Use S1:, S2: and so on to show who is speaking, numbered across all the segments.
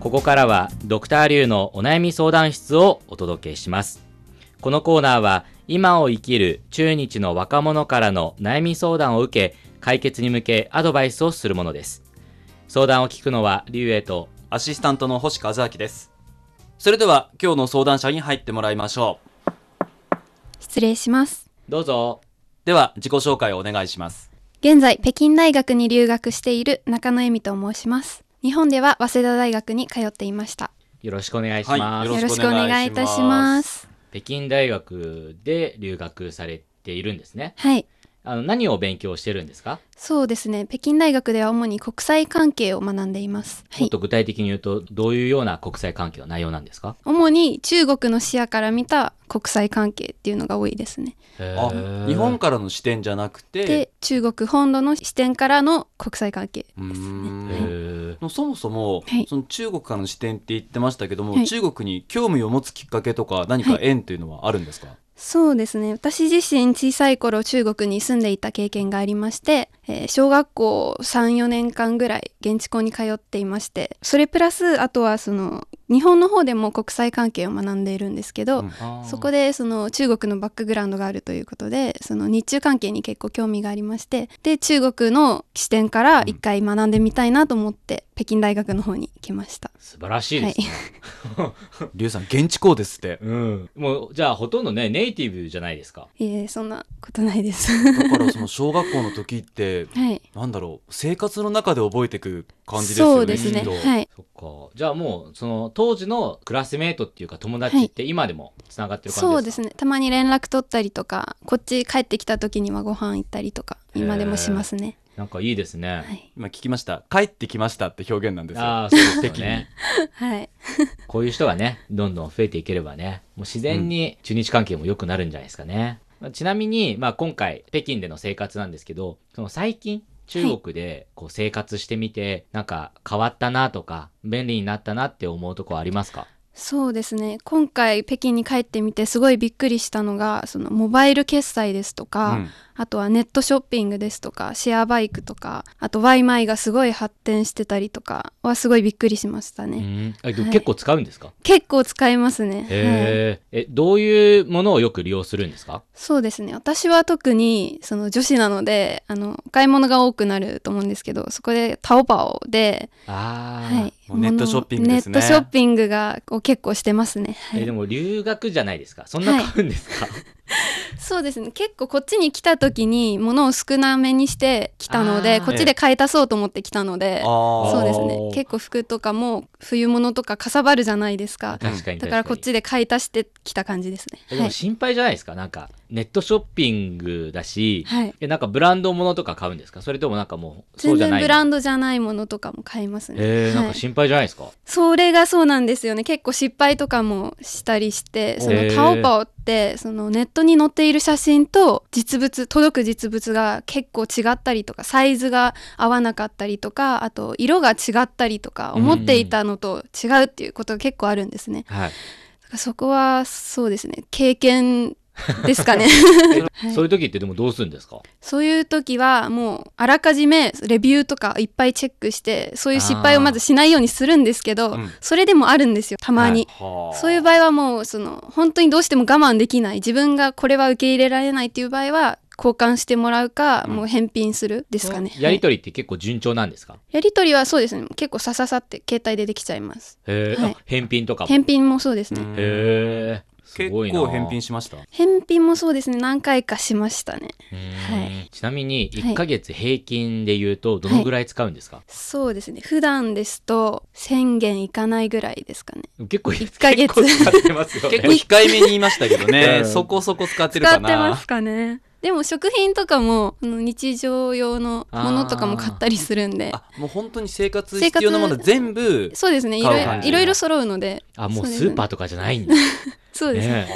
S1: こからはドクターリュウのお悩み相談室をお届けしますこのコーナーは今を生きる中日の若者からの悩み相談を受け解決に向けアドバイスをするものです相談を聞くのはリュウエイと
S2: アシスタントの星和明です。それでは今日の相談者に入ってもらいましょう。
S3: 失礼します。
S1: どうぞ
S2: では自己紹介をお願いします。
S3: 現在、北京大学に留学している中野恵美と申します。日本では早稲田大学に通っていました。
S1: よろしくお願いし
S2: は
S1: ます、
S2: いよ
S3: よ
S2: ろ
S3: ろ
S2: し
S3: し
S2: く
S3: く
S2: お
S3: お
S2: 願
S3: 願
S2: い
S3: い
S2: い
S3: い
S2: た
S3: た
S2: し
S3: し
S2: ま
S3: ます。
S1: 北京大学で留学されているんですね
S3: はい。
S1: あの何を勉強してるんですか、
S3: そうですね。北京大学では主に国際関係を学んでいます。は
S1: もっ
S3: い
S1: と。具体的に言うとどういうような国際関係の内容なんですか
S3: 主に中国の視野から見た国際関係っていうのが多いですね。
S2: あ、日本からの視点じゃなくて、
S3: で、中国本土の視点からの国際関係
S2: うー
S3: ですね。
S1: へ
S2: ん
S1: ー
S2: そもそも、
S3: はい
S2: その中国からの視点って言ってましたけども、
S3: はい
S2: 中国に興味を持つきっかけとか何か縁というのはあるんですか、
S3: そうですね私自身小さい頃中国に住んでいた経験がありまして、えー小学校34年間ぐらい現地校に通っていましてそれプラスあとはその日本の方でも国際関係を学んでいるんですけど、
S2: うん
S1: あー
S3: そこでその中国のバックグラウンドがあるということでその日中関係に結構興味がありましてで中国の視点から一回学んでみたいなと思って、北京大学の方に来ました。
S1: 素晴らしいですね、
S2: リュウさん現地校ですって。
S1: うんもうじゃあほとんどねネイティブじゃないですか
S3: いえそんなことな いです。
S2: だからその小学校の時って
S3: はい。
S2: なんだろう生活の中で覚えていく感じですよね。
S3: そうですね。
S2: きっと
S3: はい。
S1: そっかじゃあもうその当時のクラスメートっていうか友達って今でもつながってる感じですか、
S3: そうですねたまに連絡取ったりとかこっち帰ってきた時にはご飯行ったりとか今でもしますね、
S1: なんかいいですね、
S3: はい、
S2: 今聞きました帰ってきましたって表現なんですよ。
S1: ああそうですよね
S3: はい、
S1: こういう人がね、どんどん増えていければね、もう自然に中日関係も良くなるんじゃないですかね。まあちなみに、まあ今回、北京での生活なんですけど、その最近、中国でこう生活してみて、なんか変わったなとか、便利になったなって思うとこありますか
S3: そうですね今回北京に帰ってみてすごいびっくりしたのがそのモバイル決済ですとか、
S2: うん
S3: あとはネットショッピングですとかシェアバイクとかあと y イマイがすごい発展してたりとかはすごいびっくりしました
S1: う
S3: ね、
S1: ん。あでも
S3: はい
S1: 結構使うんですか、
S3: 結構使えますね、はい
S1: へえ。え、どういうものをよく利用するんですか
S3: そうですね私は特にその女子なのであのお買い物が多くなると思うんですけどそこでタオパオで、
S1: ああ。
S3: はい、
S2: もうネットショッピングですね
S3: ネットショッピングがを結構してますね、はい
S1: えでも留学じゃないですかそんな買うんですか、
S3: そうですね結構こっちに来た時に物を少なめにして来たの
S1: あ
S3: で
S1: ー
S3: こっちで買い足そうと思って来たので
S2: あー
S3: そうです
S1: お
S3: ね
S1: ー
S3: 結構服とかも冬物とかかさばるじゃないですか
S1: 確かに確かに。
S3: だからこっちで買い足してきた感じです
S1: え
S3: ね
S1: で
S3: は
S1: も
S3: い、
S1: 心配じゃないですかなんかネットショッピングだし、
S3: はい、
S1: えなんかブランドものとか買うんですかそれともなんかもうそ
S3: 全
S1: うじゃな
S3: 然
S1: い
S3: ブラ
S1: ン
S3: ンドじゃないものとかも買いますね、
S1: えーなん
S3: は
S1: か
S3: い
S1: 心配じゃないですか、
S3: それがそうなんですよね結構失敗とかもしたりしてそ
S1: へ
S3: の
S1: ー
S3: タオパオってそのネットに載っている写真と実物届く実物が結構違ったりとかサイズが合わなかったりとかあと色が違ったりとか
S1: うん
S3: 思っていたのと違うっていうことが結構あるんですね、
S1: はい
S3: だからそこはそうですね経験ですか ね、はい
S1: そういう時ってでもどうするんですか
S3: そういう時はもうあらかじめレビューとかいっぱいチェックしてそういう失敗をまずしないようにするんですけど、
S2: あーうん
S3: それでもあるんですよたまに、
S2: はあ
S3: そういう場合はもうその本当にどうしても我慢できない自分がこれは受け入れられないっていう場合は交換してもらうか、
S2: うん
S3: もう返品するですかね
S1: やり
S3: はい
S1: とりって結構順調なんですか、
S3: やり取りはそうですね結構さささって携帯でできちゃいます
S1: へえ、
S3: はい
S1: あ返品とかもへ
S3: 返品もそうですね、
S2: うん
S1: えす
S2: 結
S1: ごいな
S2: 構返品しました。
S3: 返品もそうですね何回かしましたね
S1: う
S3: は
S1: ーんちなみに1ヶ月平均で言うとどのぐらい使うんですか、
S3: そうですね普段ですと1000件いかないぐらいですかね
S1: 結構
S3: 1ヶ月
S1: 結構使ってますよね
S2: 結構控えめに言いましたけどね、
S1: うん
S2: そこそこ使ってる
S3: 使
S2: か
S3: ってま
S2: な
S3: す。かねでも食品とかもあの日常用のものとかも買ったりするんで
S2: あ、もう本当に生活必要なもの全部。
S3: そうですねいろ
S2: 買
S3: いうろ
S2: 感じ
S3: いろいろ揃うので
S1: あも
S3: そううです
S1: ス
S3: ね
S1: ーパーとかじゃないんです
S3: そうですね
S1: ね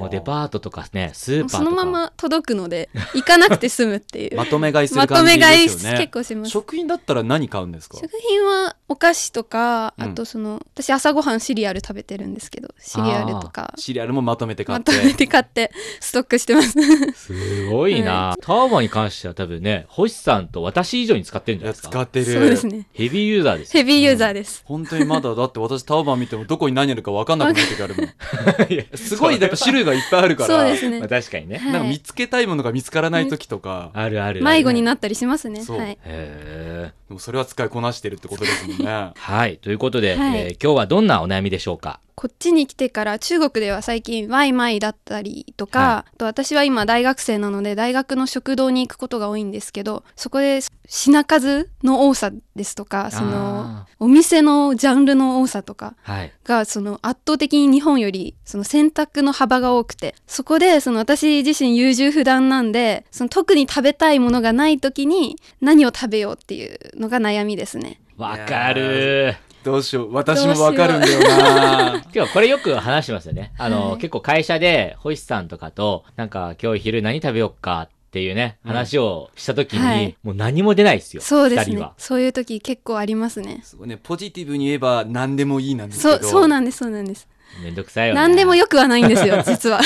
S1: もうデ
S2: ー
S1: パートとかねスーパーとか
S3: そのまま届くので 行かなくて済むっていう
S2: まとめ買いす
S3: ま
S2: る
S3: と
S2: 感じ
S3: め
S2: で
S3: 買い
S2: すよ
S3: 結
S2: ね。
S3: 構します
S2: 食品だったら何買うんですか。
S3: 食品はお菓子とか
S2: うん
S3: あとその、私朝ごはんシリアル食べてるんですけどシリアルとか
S2: シリアルもまとめて買っ
S3: ま
S2: て
S3: とめて買ってストックしてます
S1: すごいな、ターバンに関しては多分ね星さんと私以上に使ってるん
S2: い
S1: じゃない
S2: や
S1: です
S2: 使
S1: か
S2: ってる
S3: そうですね
S1: ヘビーユーザーです よ
S3: ヘビーユーザーです、
S2: 本当にまだだって私ターバン見てもどこに何あるか分かんなくなってきるもん
S1: いや
S2: すごいなんか種類がいっぱいあるから
S3: そうですね
S1: まあ、確かにね、
S3: はい
S2: なんか見つけたいものが見つからない時とか、
S1: あるあるある
S3: 迷子になったりしますね
S2: そう
S3: はい
S1: へえ
S2: でもそれは使いこなしてるってことですもん ね
S1: はいということで、
S3: はい
S1: えー今日はどんなお悩みでしょうか
S3: こっちに来てから中国では最近ワイマイだったりとか、
S1: は
S3: あと私は今大学生なので大学の食堂に行くことが多いんですけどそこで品数の多さですとかその
S1: あ
S3: お店のジャンルの多さとか
S1: ーはい
S3: がその圧倒的に日本よりその選択の幅が多くてそこでその私自身優柔不断なんでその特に食べたいものがない時に何を食べようっていうのが悩みですね。
S1: わかる
S2: どうしよう私も分かるんだよ な
S1: 今日これよく話してますよね。あの、
S3: はい
S1: 結構会社で星さんとかと、なんか今日昼何食べよっかっていうね、
S2: うん
S1: 話をした時に、
S3: はい
S1: もう何も出ないですよ。
S3: そうで
S1: 二
S3: す
S1: 人
S3: ね
S1: は。
S3: そういう時結構ありますね。
S2: すごいねポジティブに言えば何でもいいなんですけ
S3: そ
S2: ど
S3: うそうなんですそうなんです。
S1: めんどくさいよね。
S3: 何でもよくはないんで すよ実は。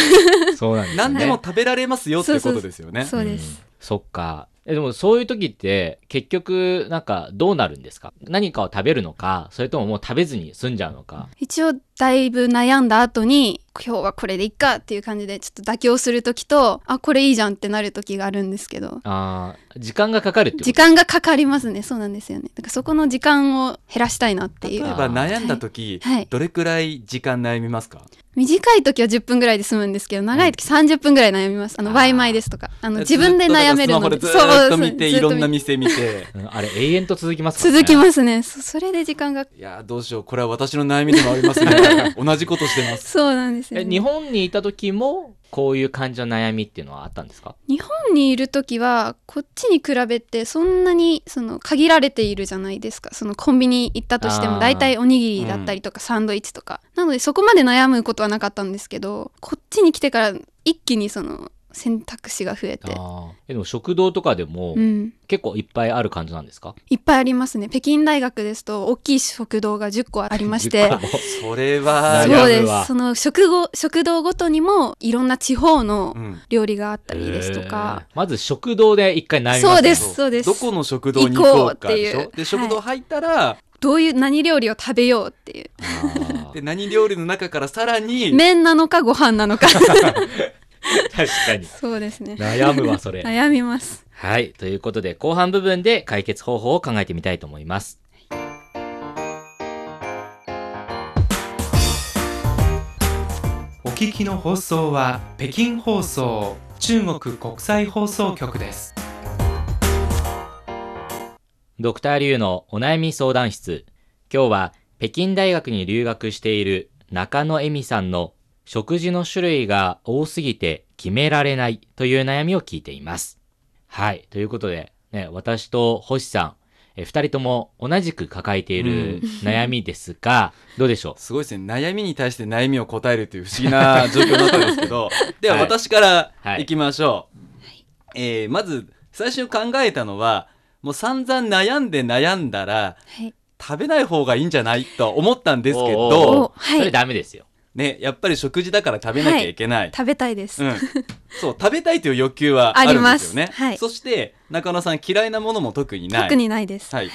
S1: そうなんですよね。
S2: 何でも食べられますよってことですよね
S3: そうです
S1: ん。そっか。え、でもそういう時って、結局、なんかどうなるんですか何かを食べるのか、それとももう食べずに済んじゃうのか。
S3: 一応だいぶ悩んだ後に今日はこれでいっかっていう感じでちょっと妥協する時とあこれいいじゃんってなる時があるんですけど
S1: あー時間がかかるってこと
S3: 時間がかかりますねそうなんですよねだからそこの時間を減らしたいなってい
S2: 例え
S3: う
S2: ば悩んだ時、
S3: はいはい
S2: どれくらい時間悩みますか
S3: 短い時は10分ぐらいで済むんですけど長い時30分ぐらい悩みますあ
S1: あ
S3: の
S1: ー
S3: ワイマイですとかあの自分で悩めるので
S2: ずっとだからスマホでずーっと
S3: そう
S2: 見ていろんな
S3: ずっと見
S2: 店見 て
S1: うんあれ、永遠と続きますからね。
S3: 続きますねそそれで時間が
S2: いやーどうしようこれは私の悩みでもありますね同じことしてます
S3: そうなんですよ、
S1: え
S3: ね、
S1: 日本にいた時も、こういう感じの悩みっていうのはあったんですか
S3: 日本にいる時はこっちに比べてそんなにその限られているじゃないですかそのコンビニ行ったとして
S1: あー
S3: も大体おにぎりだったりとかサンドイッチとか、なのでそこまで悩むことはなかったんですけどこっちに来てから一気にその選択肢が増え
S1: あ
S3: て、
S1: ーえでも食堂とかでも
S3: うん、
S1: 結構いっぱいある感じなんですか、
S3: いっぱいありますね北京大学ですと大きい食堂が10個ありま して
S1: 10個も
S2: それは
S1: あ
S3: そうで
S1: 悩むわ
S3: すその食後食堂ごとにもいろんな地方の
S2: うん
S3: 料理があったりですとか、
S1: えーまず食堂で一回悩みますね
S3: そうですです
S2: どこの食堂に行こうかでし
S3: 行こう
S2: ょ
S3: っていう
S2: で食堂入ったら、
S3: どういう何料理を食べようっていう
S1: あー
S2: で何料理の中からさらに、
S3: 麺なのかご飯なのか
S1: 確かに
S3: そうですね
S1: 悩むわそれ
S3: 悩みます
S1: はいということで後半部分で解決方法を考えてみたいと思います
S4: お聞きの放送は北京放送中国国際放送局です。
S1: ドクターリュウのお悩み相談室今日は北京大学に留学している中野恵美さんの食事の種類が多すぎて決められないという悩みを聞いていますはいということで、ね、私と星さんえ二人とも同じく抱えている
S2: う
S1: 悩みです が、どうでしょう
S2: すごいですね悩みに対して悩みを答えるという不思 議な状況になったんですけどでは
S1: はい
S2: 私から
S1: はい
S2: 行きましょう、えーまず最初に考えたのはもう散々悩んで悩んだら
S3: はい
S2: 食べない方がいいんじゃないと思ったんですけ
S1: お
S3: ー
S2: ど
S3: お、はい
S1: それダメですよ
S2: ね、やっぱり食事だから食べなきゃいけない、
S3: 食べたいです、
S2: うん、そう食べたいという欲求はあるんですよね
S3: ありますはい
S2: そして中野さん嫌いなものも特にない
S3: 特にないです
S2: はい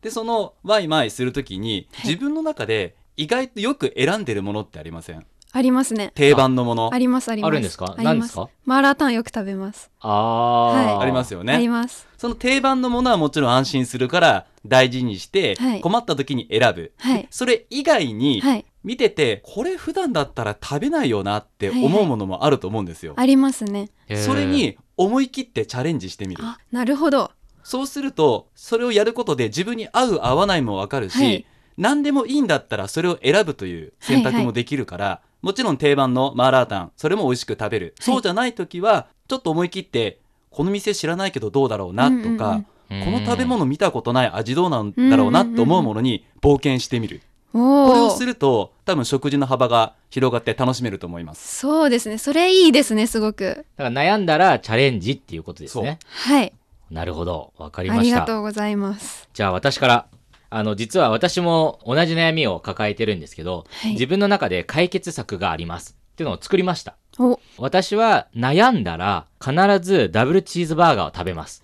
S2: でそのワイマイするときに、
S3: はい
S2: 自分の中で意外とよく選んでるものってありません
S3: ありますね
S2: 定番のもの
S3: ありますありま
S1: あ
S3: す
S1: るんですか
S3: あります
S1: 何ですか
S3: マーラータンよく食べます
S1: あー、
S2: ありますよ
S3: あり
S2: ね
S3: ます
S2: その定番のものはもちろん安心するから大事にして、
S3: はい
S2: 困った時に選ぶ
S3: はい
S2: それ以外に
S3: はい
S2: 見ててこれ普段だったら食べないよなって思うものもあると思うんですよ、
S3: ありますね
S1: へー
S2: それに思い切ってチャレンジしてみる
S3: あなるほど
S2: そうするとそれをやることで自分に合う合わないも分かるし、
S3: はい
S2: 何でもいいんだったらそれを選ぶという選択もできるから、もちろん定番のマーラータンそれも美味しく食べる、
S3: はい
S2: そうじゃない時はちょっと思い切ってこの店知らないけどどうだろうなと
S3: うんうん
S2: か、
S1: うん
S2: この食べ物見たことない味どうなんだろうなと思うものに冒険してみる、これ
S3: お
S2: を
S3: お
S2: すると多分食事の幅が広がって楽しめると思います。
S3: そうですねそれいいですねすごく
S1: だから悩んだらチャレンジっていうことですね
S3: はい
S1: なるほどわかり
S3: あ
S1: ま
S3: り
S1: した
S3: がとうございます
S1: じゃあ私からあの、実は私も同じ悩みを抱えてるんですけど、
S3: は
S1: 自
S3: い。
S1: 分の中で解決策がありますっていうのを作りました。
S3: お、
S1: 私は悩んだら必ずダブルチーズバーガーを食べ ます。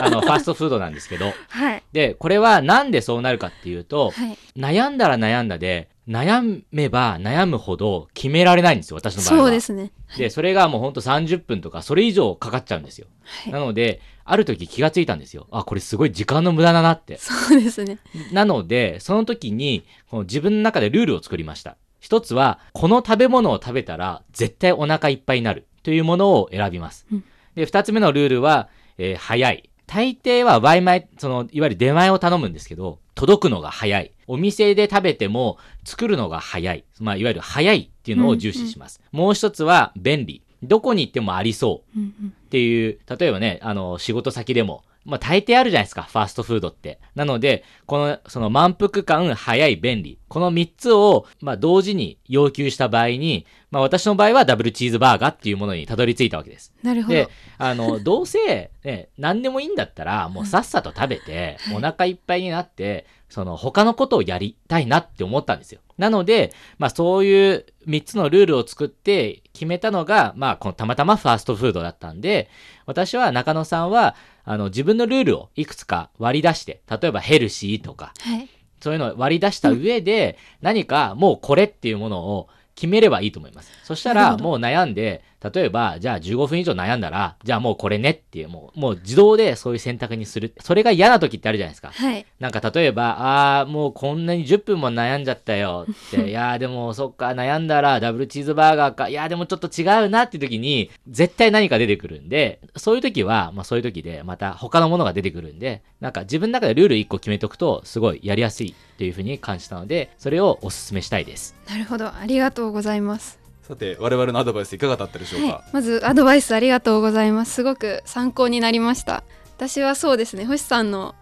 S1: あの、ファストフードなんですけど。
S3: はい。
S1: で、これはなんでそうなるかっていうと、
S3: はい。
S1: 悩んだら悩んだで、悩めば悩むほど決められないんですよ、私の場合は。
S3: そうですね。
S1: で、それがもうほんと30分とか、それ以上かかっちゃうんですよ。
S3: はい
S1: な。ので、ある時気がついたんですよ。あ、これすごい時間の無駄だなって。
S3: そうですね。
S1: なので、その時に、この自分の中でルールを作りました。一つは、この食べ物を食べたら、絶対お腹いっぱいになるというものを選びます
S3: うん。
S1: で、二つ目のルールは、えー早い。大抵はワイマイ、その、いわゆる出前を頼むんですけど、届くのが早い。お店で食べても、作るのが早い。まあ、いわゆる早いっていうのを重視します。もう一つは、便利。どこに行ってもありそう。
S3: うんうん
S1: っていう、例えばね、あの、仕事先でも、まあ、大抵あるじゃないですか、ファーストフードって。なので、この、その満腹感、早い、便利。この3つを、まあ、同時に要求した場合に、まあ、私の場合はダブルチーズバーガーっていうものにたどり着いたわけです。
S3: なるほど。
S1: で、あの、どうせ、ね、何でもいいんだったら、もうさっさと食べて、お腹いっぱいになって、その、他のことをやりたいなって思ったんですよ。なので、まあそういう3つのルールを作って決めたのが、まあこのたまたまファーストフードだったんで、私は中野さんは、あの、自分のルールをいくつか割り出して、例えばヘルシーとか、
S3: はい。
S1: そういうのを割り出した上で、何かもうこれっていうものを決めればいいと思います。そした
S3: なる
S1: ら、
S3: ほど
S1: もう悩んで、例えば、じゃあ15分以上悩んだら、じゃあもうこれねっていう、もう、もう自動でそういう選択にする。それが嫌な時ってあるじゃないですか。
S3: はい。
S1: なんか例えば、ああ、もうこんなに10分も悩んじゃったよっ て、いやーでもそっか、悩んだらダブルチーズバーガーか、いやーでもちょっと違うなって時に、絶対何か出てくるんで、そういう時は、まあそういう時で、また他のものが出てくるんで、なんか自分の中でルール1個決めとくと、すごいやりやすいっていう風に感じたので、それをお勧めしたいです。
S3: なるほど。ありがとうございます。
S2: さて我々のアドバイスいかがだったでしょうか、
S3: はい。まずアドバイスありがとうございます。すごく参考になりました。私はそうですね。星さんの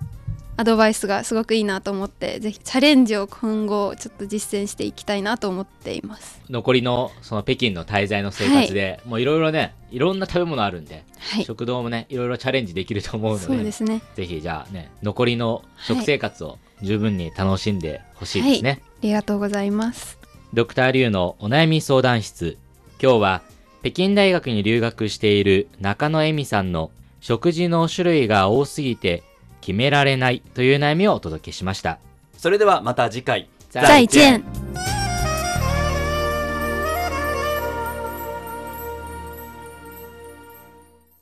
S3: アドバイスがすごくいいなと思って、ぜひチャレンジを今後ちょっと実践していきたいなと思っています。
S1: 残りの、その北京の滞在の生活で、もういろいろね、いろんな食べ物あるんで、
S3: はい。
S1: 食堂もね、いろいろチャレンジできると思うの
S3: そうですね。
S1: ぜひじゃあね、残りの食生活を十分に楽しんでほしいですね。
S3: ありがとうございます。
S1: ドクターリュウのお悩み相談室。今日は北京大学に留学している中野恵美さんの食事の種類が多すぎて決められないという悩みをお届けしました。
S2: それではまた次回
S1: 再
S3: 再见。